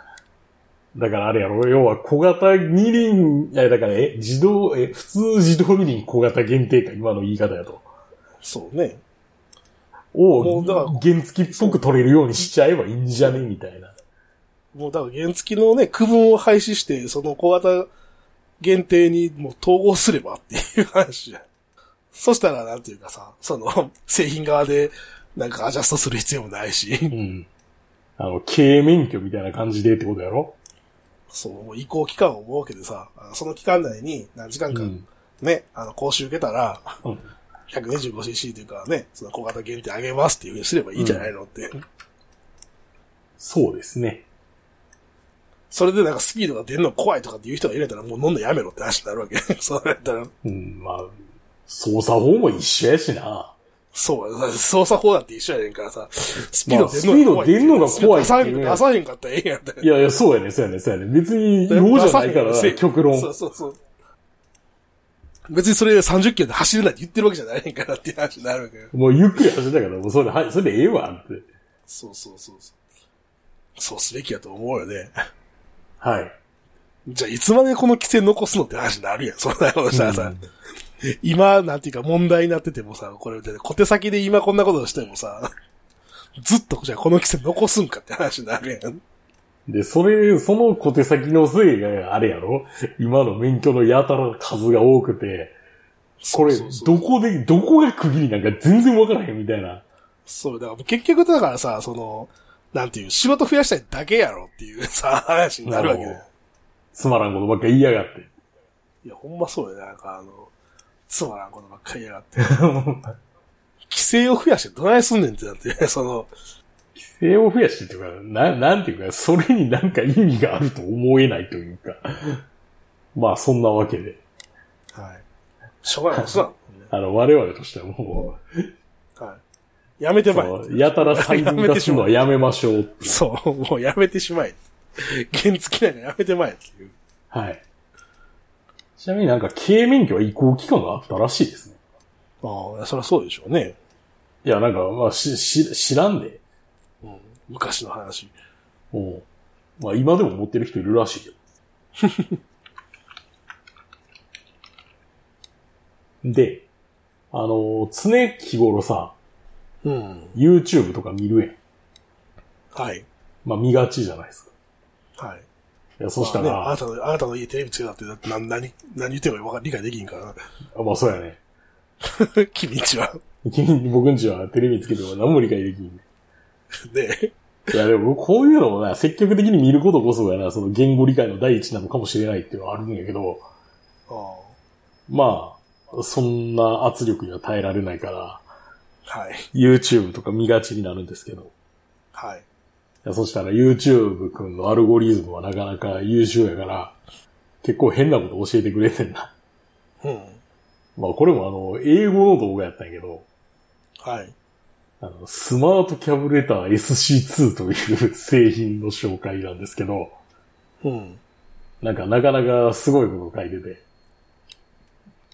Speaker 1: だからあれやろ、要は小型二輪、いや、だから、え、自動、え、普通自動二輪小型限定か、今の言い方やと。
Speaker 2: そうね。
Speaker 1: を
Speaker 2: もうだから、
Speaker 1: 原付きっぽく取れるようにしちゃえばいいんじゃねみたいな。
Speaker 2: もうだから原付きのね、区分を廃止して、その小型限定にもう統合すればっていう話じゃん。そしたらなんていうかさ、その、製品側でなんかアジャストする必要もないし
Speaker 1: う、ん。あの、軽免許みたいな感じでってことやろ
Speaker 2: そう、もう移行期間を設けてさ、あのその期間内に何時間か
Speaker 1: うん
Speaker 2: ね、あの、講習受けたら、
Speaker 1: うん
Speaker 2: 125cc というかね、その小型限定あげますっていうふうにすればいいじゃないのって。
Speaker 1: そうですね。
Speaker 2: それでなんかスピードが出るの怖いとかっていう人がいれたらもう飲んでやめろって話になるわけ。 そうなったら、
Speaker 1: うん、まあ、操作法も一緒やしな。
Speaker 2: そうや、操作法だって一緒やねんからさ、スピー
Speaker 1: ま
Speaker 2: ド
Speaker 1: あ
Speaker 2: 出んのが怖いっていう。
Speaker 1: スピード出んのが怖いっていうね
Speaker 2: 出さへん出さへんかったらええやんって。
Speaker 1: いやいや、そうやね、そうやね、そうやね。別に、
Speaker 2: 出
Speaker 1: 用じゃ
Speaker 2: さ
Speaker 1: な
Speaker 2: へん
Speaker 1: いから
Speaker 2: せ
Speaker 1: な、極論。
Speaker 2: そうそうそう。別にそれ30キロで走れないって言ってるわけじゃないねんからっていう話になるわけよ。
Speaker 1: もうゆっくり走ったから、もうそれ、はい、それでええわって。
Speaker 2: そうそうそうそう。そうすべきやと思うよね。
Speaker 1: はい。
Speaker 2: じゃあいつまでこの規制残すのって話になるやん。そんなことしたらさ、今なんていうか問題になっててもさ、これ小手先で今こんなことしてもさ、ずっとじゃあこの規制残すんかって話になるやん。
Speaker 1: で、それ、その小手先のせいがあれやろ今の免許のやたら数が多くて、これ、
Speaker 2: そうそうそう
Speaker 1: どこで、どこが区切りなんか全然わからへんみたいな。
Speaker 2: そう、だから結局だからさ、その、なんていう、仕事増やしたいだけやろっていうさ、話になるわけだよ。
Speaker 1: つまらんことばっか言いやがって。
Speaker 2: いや、ほんまそうよ、なんかあの、つまらんことばっかりやが って。規制を増やしてどないすんねんってなって、その、
Speaker 1: 規制を増やしてっていうか、な、なんていうか、それになんか意味があると思えないというか。まあ、そんなわけで。
Speaker 2: はい。しょうがないことすな
Speaker 1: あの、我々としてはも
Speaker 2: はい。やめて
Speaker 1: う、
Speaker 2: ま
Speaker 1: そ
Speaker 2: い。
Speaker 1: のやたら細分化するのはやめましょうっていう。
Speaker 2: そう、もうやめてしまえ。原付なんかやめてまえっていう。
Speaker 1: はい。ちなみになんか、軽免許は移行期間があったらしいですね。
Speaker 2: ああ、そりゃそうでしょうね。
Speaker 1: いや、なんか、まあ、し、し、知らんで。
Speaker 2: うん、昔の話。
Speaker 1: もう、まあ、今でも持ってる人いるらしいよ。 で、あの、常日頃さ、
Speaker 2: うん。
Speaker 1: YouTube とか見るやん。
Speaker 2: はい。
Speaker 1: まあ、見がちじゃないですか。
Speaker 2: はい。
Speaker 1: いや、そした
Speaker 2: まあね、あな
Speaker 1: ら、
Speaker 2: たの、あなたの家テレビつけたって、だってな何、何言ってもわか理解できんから
Speaker 1: あまあ、そうやね。
Speaker 2: な。君んちは。
Speaker 1: 君、僕んちはテレビつけても何も理解できん。
Speaker 2: で、
Speaker 1: いや、でも、こういうのをな、積極的に見ることこそがな、その言語理解の第一なのかもしれないっていうのはあるんやけど、
Speaker 2: ああ
Speaker 1: まあ、そんな圧力には耐えられないから、
Speaker 2: はい。
Speaker 1: YouTube とか見がちになるんですけど。い
Speaker 2: はい。
Speaker 1: やそしたら YouTube 君のアルゴリズムはなかなか優秀やから、結構変なこと教えてくれてんな。
Speaker 2: うん。
Speaker 1: まあこれもあの、英語の動画やったんやけど、
Speaker 2: はい。
Speaker 1: あの、スマートキャブレター SC2 という 製品の紹介なんですけど、
Speaker 2: うん。
Speaker 1: なんかなかなかすごいこと書いてて、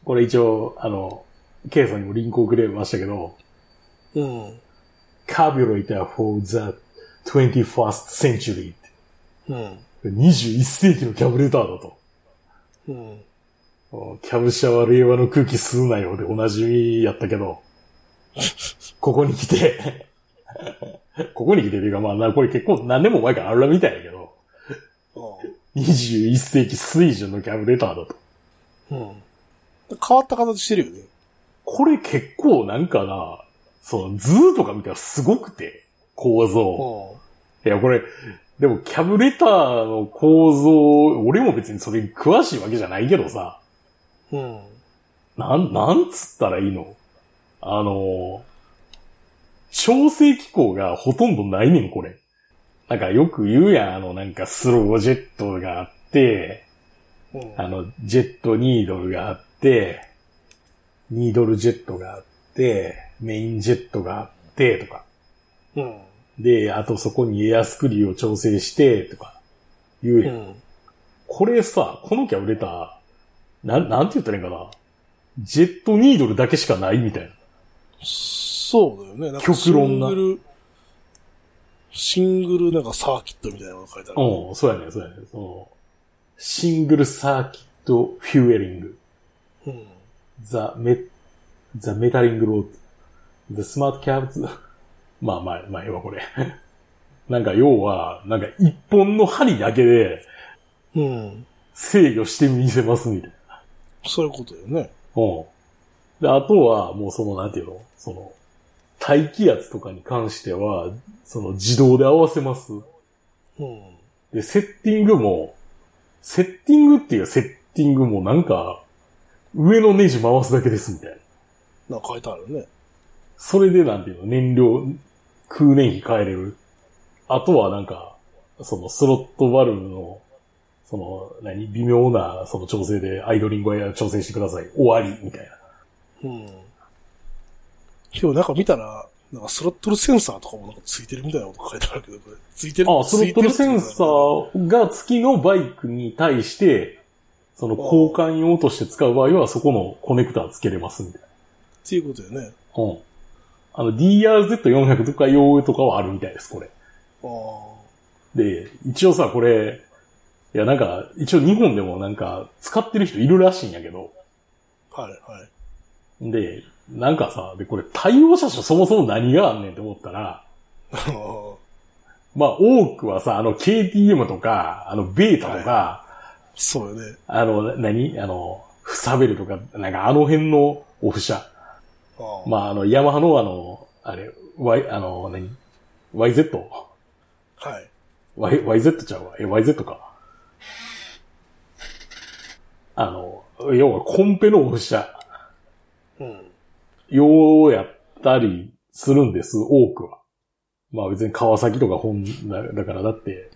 Speaker 1: これ一応、あの、ケイさんにもリンクをくれましたけど、
Speaker 2: うん。
Speaker 1: carburetor for the 21st century って
Speaker 2: うん。
Speaker 1: 21世紀のキャブレターだと。
Speaker 2: うん。
Speaker 1: キャブ車は令和の空気吸うなよでおなじみやったけど、ここに来て、ここに来てっていうかまあな、これ結構何年も前からあるみたいやけど、21世紀水準のキャブレターだと。
Speaker 2: うん。変わった形してるよね。
Speaker 1: これ結構なんかな、その図とか見たらすごくて、構造。
Speaker 2: おう
Speaker 1: いや、これ、でもキャブレターの構造、俺も別にそれに詳しいわけじゃないけどさ、
Speaker 2: うん。
Speaker 1: なん、なんつったらいいのあの、調整機構がほとんどないねん、これ。なんかよく言うやん、あの、なんかスロージェットがあって、
Speaker 2: うん。
Speaker 1: あの、ジェットニードルがあって、ニードルジェットがあって、メインジェットがあって、とか。
Speaker 2: うん。
Speaker 1: で、あとそこにエアスクリューを調整して、とか、言う
Speaker 2: う
Speaker 1: やん。
Speaker 2: ん。
Speaker 1: これさ、このキャブレター、なん、なんて言ったらいいんかな。ジェットニードルだけしかないみたいな。
Speaker 2: そうだよね。なんか
Speaker 1: 極論な
Speaker 2: シングル、シングルなんかサーキットみたいなのが書いてある。
Speaker 1: うん、そうやね、そうやね。そのシングルサーキットフューエリング。
Speaker 2: うん。
Speaker 1: ザ・メ、ザ・メタリング・ロード、ザ・スマート・キャブズ。 まあまあ、まあ、ええわ、これ。 なんか、要は、なんか、一本の針だけで
Speaker 2: うん。
Speaker 1: 制御してみせます、みたいな。
Speaker 2: そういうことだよね。
Speaker 1: うん。で、あとは、もうその、なんていうのその、大気圧とかに関しては、その、自動で合わせます。
Speaker 2: うん。
Speaker 1: で、セッティングも、セッティングっていうセッティングもなんか、上のネジ回すだけです、みたいな。
Speaker 2: なんか書いてあるね。
Speaker 1: それでなんていうの、燃料、空燃費変えれる。あとはなんか、そのスロットバルブの、その、何、微妙な、その調整で、アイドリングや調整してください。終わり、みたいな。
Speaker 2: うん。今日なんか見たら、なんかスロットルセンサーとかもなんかついてるみたいなこと書いてあるけど、これ。ついてる
Speaker 1: あ、スロットルセンサ
Speaker 2: ー。
Speaker 1: ーが付きのバイクに対して、その交換用として使う場合は、そこのコネクター付けれます、みたい
Speaker 2: っていうことだよね。
Speaker 1: な。うん。あの、DRZ400 とか用とかはあるみたいです、これ。
Speaker 2: あ
Speaker 1: で、一応さ、これ、いや、なんか、一応日本でもなんか、使ってる人いるらしいんやけど、
Speaker 2: あ。はい、はい。
Speaker 1: で、なんかさ、で、これ対応車種そもそも何があんねんって思ったら、
Speaker 2: あー
Speaker 1: まあ、多くはさ、あの、KTM とか、あの、ベータとか、
Speaker 2: そうよね。
Speaker 1: あの、何あの、フサベルとか、なんかあの辺のオフ車。
Speaker 2: あー
Speaker 1: まあ、あの、ヤマハのあの、あれ、Y、あの、何 ?YZ?
Speaker 2: はい。
Speaker 1: Y、YZ ちゃうわ。え、YZ か。あの、要はコンペのオフ車。
Speaker 2: うん。
Speaker 1: ようやったりするんです、多くは。まあ別に川崎とか本だだからだって、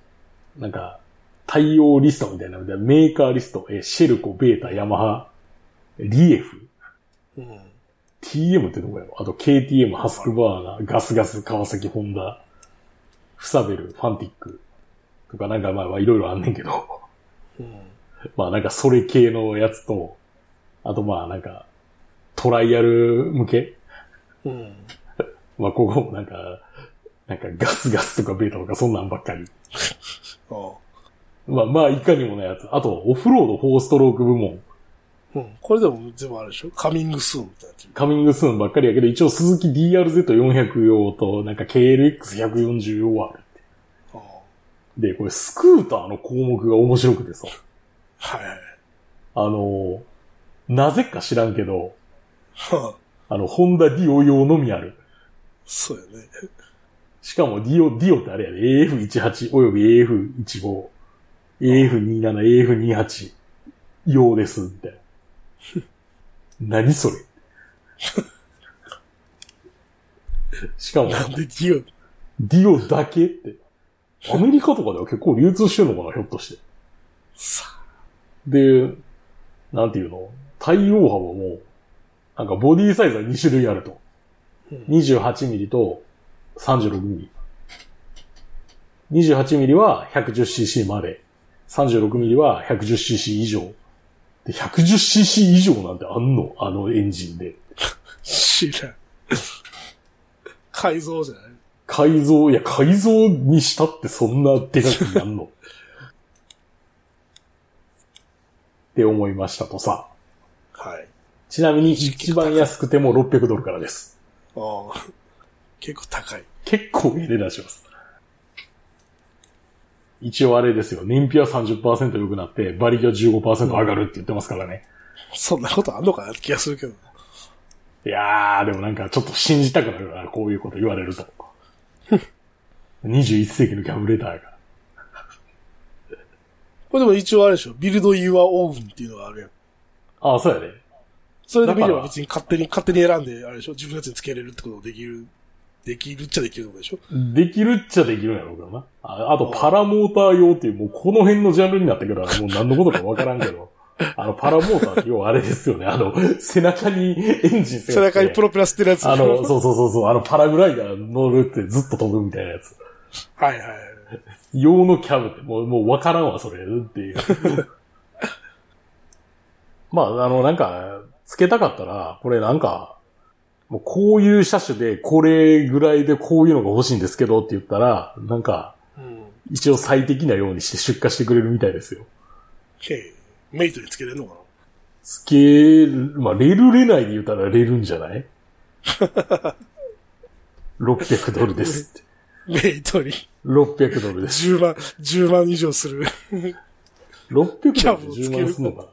Speaker 1: なんか、対応リストみたいなので、メーカーリスト、え、シェルコ、ベータ、ヤマハ、リエフ、
Speaker 2: うん。
Speaker 1: TM ってどこやろあと KTM、ハスクバーナー、ガスガス、川崎、ホンダ、フサベル、ファンティック、とかなんかまあまあいろいろあんねんけど。
Speaker 2: うん。
Speaker 1: まあなんかそれ系のやつと、あとまあなんか、トライアル向け
Speaker 2: うん。
Speaker 1: まあここもなんか、なんかガスガスとかベータとかそんなんばっかり。
Speaker 2: ああ。
Speaker 1: まあまあいかにもなやつ。あと、オフロード4ストローク部門。
Speaker 2: うん。これでも全部あるでしょカミングスーンみたいなやつ。
Speaker 1: カミングスーンばっかりやけど、一応鈴木 DRZ400 用と、なんか KLX140 用はある。
Speaker 2: ああ
Speaker 1: で、これスクーターの項目が面白くてさ。
Speaker 2: はいはい。
Speaker 1: あのーなぜか知らんけど、
Speaker 2: はあ
Speaker 1: あの、ホンダディオ用のみある。
Speaker 2: そうよね。
Speaker 1: しかもディオ、ディオってあれやで、AF18 および AF15、AF27、AF28 用です、みたいな。何それしかも、
Speaker 2: なんでディ
Speaker 1: ディオだけって。アメリカとかでは結構流通してるのかな、ひょっとして。
Speaker 2: オさ、
Speaker 1: で、なんていうの対応幅も、なんかボディサイズは2種類あると。
Speaker 2: うん、
Speaker 1: 28ミリと36ミリ。28ミリは 110cc まで。36ミリは 110cc 以上。で、110cc 以上なんてあんのあのエンジンで。
Speaker 2: 知らん。改造じゃない
Speaker 1: 改造、いや、改造にしたってそんなでかくなん のって思いましたとさ。
Speaker 2: はい。
Speaker 1: ちなみに一番安くても600ドルからです。
Speaker 2: ああ。結構高い。
Speaker 1: 結構ええ値段します。一応あれですよ。燃費は30%良くなって、馬力は15%上がるって言ってますからね。
Speaker 2: そんなことあんのかなって気がするけど。
Speaker 1: いやー、でもなんかちょっと信じたくなるな、こういうこと言われると。 21世紀のキャブレターが。
Speaker 2: これでも一応あれでしょ。ビルド・ユア・オーブンっていうのがあるやん。
Speaker 1: ああ、そうやね。
Speaker 2: それで見れ
Speaker 1: だか
Speaker 2: ば
Speaker 1: ら
Speaker 2: 別に勝手に、勝手に選んで、あれでしょ。自分のやつにつけれるってこともできる、できるっちゃできるってことでしょ。
Speaker 1: できるっちゃできるんやろうけどな。ああと、パラモーター用っていう、もうこの辺のジャンルになってくるから、もう何のことかわからんけど。あの、パラモーターって要はあれですよね。あの、背中にエンジン背
Speaker 2: 背中にプ
Speaker 1: ロ。
Speaker 2: ロペラ捨てるやつ。
Speaker 1: あの、そうそうそうそう、あの、パラグライダー乗るってずっと飛ぶみたいなやつ。
Speaker 2: はいはい。
Speaker 1: 用のキャブって、もう、もうわからんわ、それ、っていう。 まあ、あの、なんか、付けたかったら、これなんか、もうこういう車種で、これぐらいでこういうのが欲しいんですけどって言ったら、なんか、
Speaker 2: うん。
Speaker 1: 一応最適なようにして出荷してくれるみたいですよ。
Speaker 2: へえ。メイトにつけれるのかな
Speaker 1: つける、まあ、レルれないで言ったらレるんじゃない ?600 ドルですって。
Speaker 2: メイトに
Speaker 1: 600ドルです。
Speaker 2: 10万、10万以上する。
Speaker 1: 600ドルで
Speaker 2: キャブをつけ
Speaker 1: 10
Speaker 2: る
Speaker 1: 万すんのかな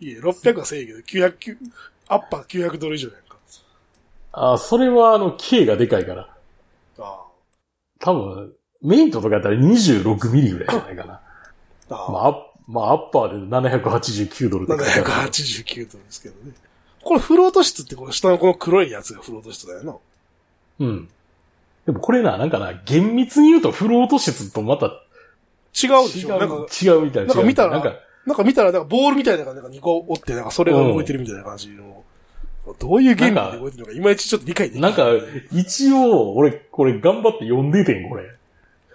Speaker 1: い
Speaker 2: え、600はせえへんけど、900、9アッパー900ドル以上やんか。
Speaker 1: あ、それはあの、K がでかいから。
Speaker 2: あ
Speaker 1: 多分、メイトとかやったら26ミリぐらいじゃないかな。
Speaker 2: あ。ああ
Speaker 1: ま。あ、アッまあ、アッパーで789ドルとか書いてある。
Speaker 2: 789ドルですけどね。これフロート室ってこの下のこの黒いやつがフロート室だよな。
Speaker 1: うん。でもこれな、なんかな、厳密に言うとフロート質とまた
Speaker 2: 違うで
Speaker 1: 違
Speaker 2: し
Speaker 1: う、
Speaker 2: ょなんか、
Speaker 1: 違うみたいな。
Speaker 2: なんか見たら
Speaker 1: 違うみいなんか、
Speaker 2: なんか見たらなんかボールみたいなのがなんか2個折って、なんかそれが動いてるみたいな感じの。どういうゲームで動いてるのか、いまいちちょっと理解でき
Speaker 1: なんか
Speaker 2: あ、
Speaker 1: 一応、俺、これ頑張って読んでてん、これ。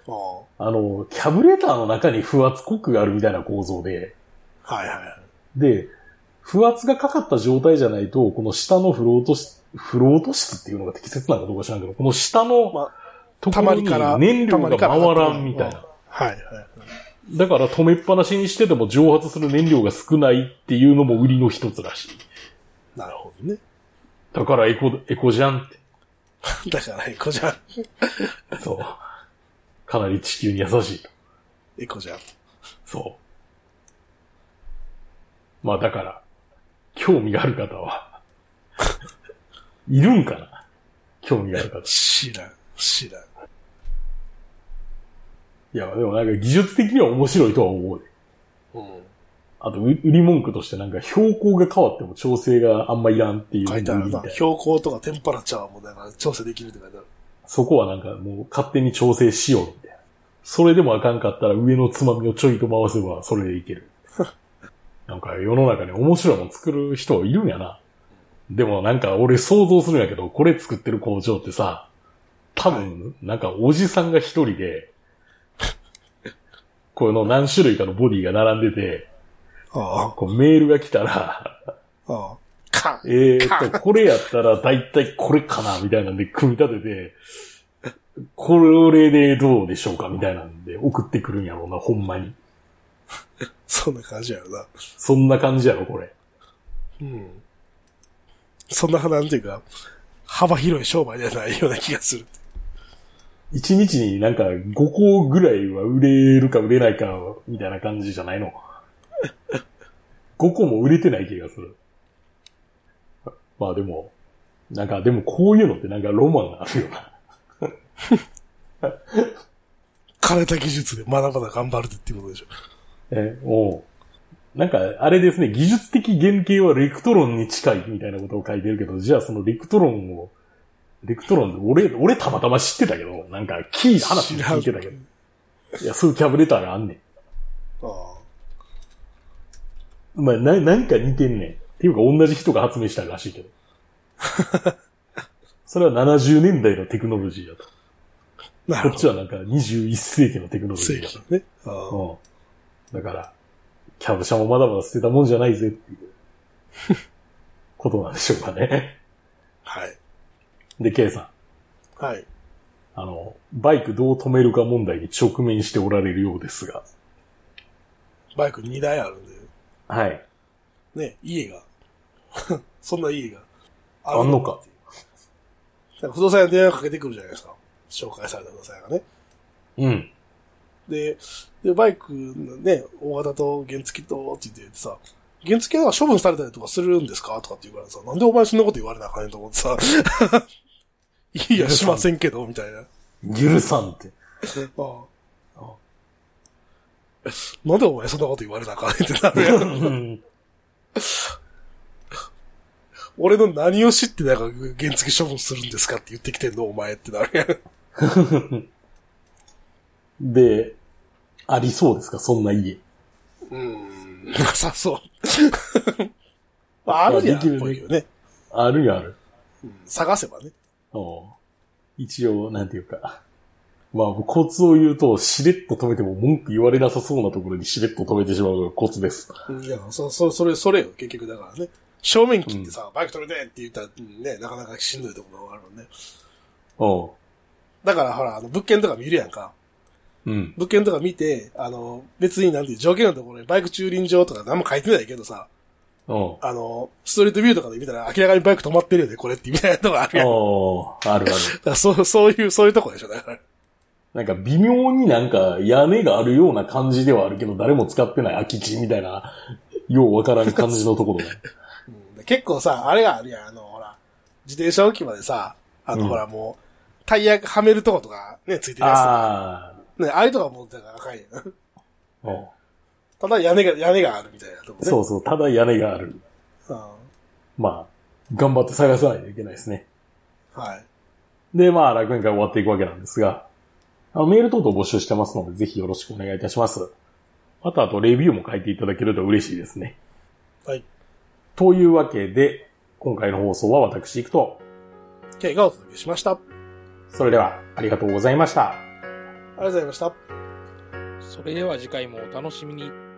Speaker 2: あ
Speaker 1: あの、キャブレターの中に不圧コックがあるみたいな構造で、
Speaker 2: はいはい。
Speaker 1: で、不圧がかかった状態じゃないと、この下のフロート室、フロート室っていうのが適切なのかどうか知らんけど、この下
Speaker 2: ま
Speaker 1: の
Speaker 2: あ、
Speaker 1: と
Speaker 2: た
Speaker 1: こ
Speaker 2: ま
Speaker 1: ろ
Speaker 2: に
Speaker 1: に
Speaker 2: から
Speaker 1: 燃料が回らんみたいな。
Speaker 2: はいはい。
Speaker 1: だから止めっぱなしにしてても蒸発する燃料が少ないっていうのも売りの一つらしい。
Speaker 2: なるほどね。
Speaker 1: だからエコ、エコじゃんって。
Speaker 2: だからエコじゃん。
Speaker 1: そう。かなり地球に優しいと。
Speaker 2: エコじゃん。
Speaker 1: そう。まあだから、興味がある方は、 いるんかな興味がある方。
Speaker 2: 知らん。知らん。
Speaker 1: いや、でもなんか技術的には面白いとは思う。
Speaker 2: うん。
Speaker 1: あと、う売り文句としてなんか標高が変わっても調整があんまいらんっていうのも
Speaker 2: 書
Speaker 1: 売
Speaker 2: い
Speaker 1: りみ
Speaker 2: て
Speaker 1: た
Speaker 2: あ
Speaker 1: い
Speaker 2: るな。標高とかテンパラチャーもなんか調整できるって書いてある。
Speaker 1: そこはなんかもう勝手に調整しようみたいな。それでもあかんかったら上のつまみをちょいと回せばそれでいける。なんか世の中に面白いもの作る人いるんやな。でもなんか俺想像するんやけど、これ作ってる工場ってさ、多分なんかおじさんが一人で、この何種類かのボディが並んでて、
Speaker 2: ああ。
Speaker 1: こうメールが来たら、
Speaker 2: ああ。カン
Speaker 1: えーっと、これやったら大体これかな、みたいなんで組み立てて、これでどうでしょうか、みたいなんで送ってくるんやろうな、ほんまに。
Speaker 2: そんな感じやろな。
Speaker 1: そんな感じやろ、これ。
Speaker 2: うん。そんな、なんていうか、幅広い商売じゃないような気がする。
Speaker 1: 一日になんか5個ぐらいは売れるか売れないか、みたいな感じじゃないの。5個も売れてない気がする。まあでも、なんかでもこういうのってなんかロマンがあるよな。
Speaker 2: 枯れた技術でまだまだ頑張るっていうことでしょ。
Speaker 1: え、おうなんか、あれですね、技術的原型はレクトロンに近いみたいなことを書いてるけど、じゃあそのレクトロンを、レクトロンで、俺、俺たまたま知ってたけど、なんか、キー話で聞いてたけど、いや、そういうキャブレターがあんね
Speaker 2: ああ。
Speaker 1: ん。まあ、な、なんか似てんねん。っていうか、同じ人が発明したらしいけど。それは70年代のテクノロジーだと。
Speaker 2: な
Speaker 1: こ
Speaker 2: る
Speaker 1: っ
Speaker 2: ほ
Speaker 1: ち
Speaker 2: ど。
Speaker 1: はなんか21世紀のテクノロジ
Speaker 2: 正
Speaker 1: ーだと
Speaker 2: 規。のね。あ
Speaker 1: う
Speaker 2: あ。
Speaker 1: ん。だから、キャブ車もまだまだ捨てたもんじゃないぜっていう ことなんでしょうかね。
Speaker 2: はい。
Speaker 1: で、ケイさん、
Speaker 2: はい。
Speaker 1: あの、バイクどう止めるか問題に直面しておられるようですが。
Speaker 2: バイク2台あるんで、
Speaker 1: はい。
Speaker 2: ね、家が。 そんな家が。
Speaker 1: あんのか。
Speaker 2: なんか不動産屋に電話かけてくるじゃないですか。紹介された不動産屋がね。
Speaker 1: うん。
Speaker 2: で、で、バイクのね、大型と原付とって言ってさ、原付は処分されたりとかするんですかとかって言うからさ、なんでお前そんなこと言われなあかん ね んと思ってさ、いや、しませんけど、みたいな。
Speaker 1: 許さんって。
Speaker 2: ああなんでお前そんなこと言われなあかんねんってなるやん。
Speaker 1: うん
Speaker 2: 俺の何を知ってなんか原付処分するんですかって言ってきてんのお前ってなるやん。
Speaker 1: で、ありそうですかそんな家。
Speaker 2: うん。なさそう。 まあ、あるにはあるっぽいけどね。
Speaker 1: あるやある。
Speaker 2: うん探せばね。
Speaker 1: おう一応、なんていうか。まあ、コツを言うと、しれっと止めても文句言われなさそうなところにしれっと止めてしまうのがコツです。
Speaker 2: いや、そ、そ、それ、それよ、結局だからね。正面切ってさ、バイク止めてって言ったら、うんね、なかなかしんどいところがあるもんね。
Speaker 1: おう
Speaker 2: だからほら、あの、物件とか見るやんか。
Speaker 1: うん。
Speaker 2: 物件とか見て、あの、別になんていう、条件のところにバイク駐輪場とか何も書いてないけどさ、
Speaker 1: おう
Speaker 2: あの、ストリートビューとかで見たら明らかにバイク止まってるよね、これって、みたいなとこあるやん。だ
Speaker 1: おうあるある。
Speaker 2: からそう、そういう、そういうとこでしょ、だから。
Speaker 1: なんか微妙になんか屋根があるような感じではあるけど、誰も使ってない空き地みたいな、ようわからん感じのところね。
Speaker 2: うんで結構さ、あれがあるやん、あの、ほら、自転車置き場でさ、あの、
Speaker 1: うん
Speaker 2: ほら、もう、タイヤはめるとことか、ね、ついてるやつさ。
Speaker 1: あ
Speaker 2: ね、 ああいうとこはもう、だから赤いやん。
Speaker 1: あ。おう
Speaker 2: ただ屋根が、屋根があるみたいなとこね。
Speaker 1: そうそう、ただ屋根がある。
Speaker 2: うん。
Speaker 1: まあ、頑張って探さないといけないですね。
Speaker 2: はい。
Speaker 1: で、まあ、楽園会終わっていくわけなんですが、あのメール等々募集してますので、ぜひよろしくお願いいたします。あと、あと、レビューも書いていただけると嬉しいですね。
Speaker 2: はい。
Speaker 1: というわけで、今回の放送は私行くと、
Speaker 2: ケイがお届けしました。あり
Speaker 1: それでは、ありがとうございました。
Speaker 2: がとうございました。
Speaker 3: それでは次回もお楽しみに。